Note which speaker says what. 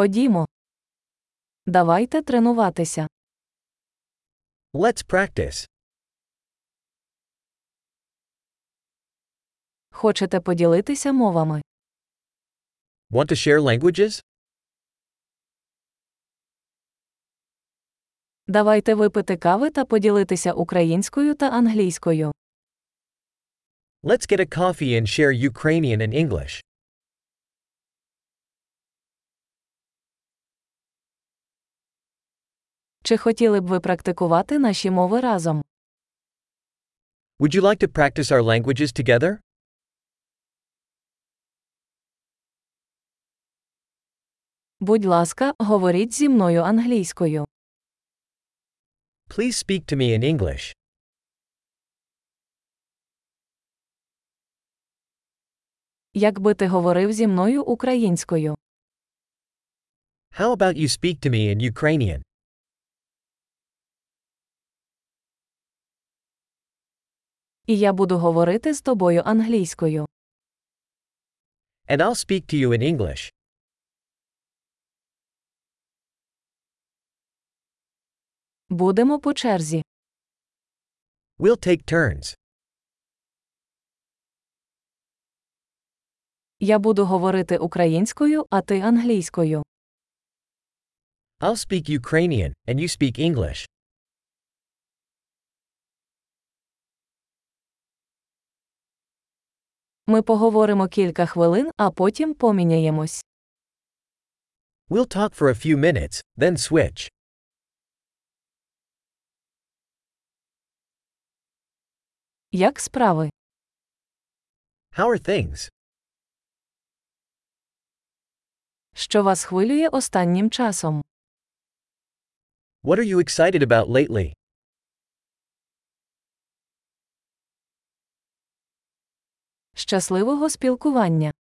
Speaker 1: Ходімо. Давайте тренуватися.
Speaker 2: Let's practice.
Speaker 1: Хочете поділитися мовами?
Speaker 2: Want to share languages?
Speaker 1: Давайте випити кави та поділитися українською та англійською.
Speaker 2: Let's get a coffee and share Ukrainian and English.
Speaker 1: Чи хотіли б ви практикувати наші мови разом?
Speaker 2: Would you like to practice our languages together?
Speaker 1: Будь ласка, говоріть зі мною англійською.
Speaker 2: Please speak to me in English.
Speaker 1: Якби ти говорив зі мною українською.
Speaker 2: How about you speak to me in Ukrainian?
Speaker 1: І я буду говорити з тобою англійською.
Speaker 2: And I'll speak to you in English.
Speaker 1: Будемо по черзі.
Speaker 2: We'll take turns.
Speaker 1: Я буду говорити українською, а ти англійською.
Speaker 2: I'll speak Ukrainian, and you speak English.
Speaker 1: Ми поговоримо кілька хвилин, а потім поміняємось.
Speaker 2: We'll talk for a few minutes, then switch.
Speaker 1: Як справи?
Speaker 2: How are things?
Speaker 1: Що вас хвилює останнім часом?
Speaker 2: What are you excited about lately?
Speaker 1: Щасливого спілкування!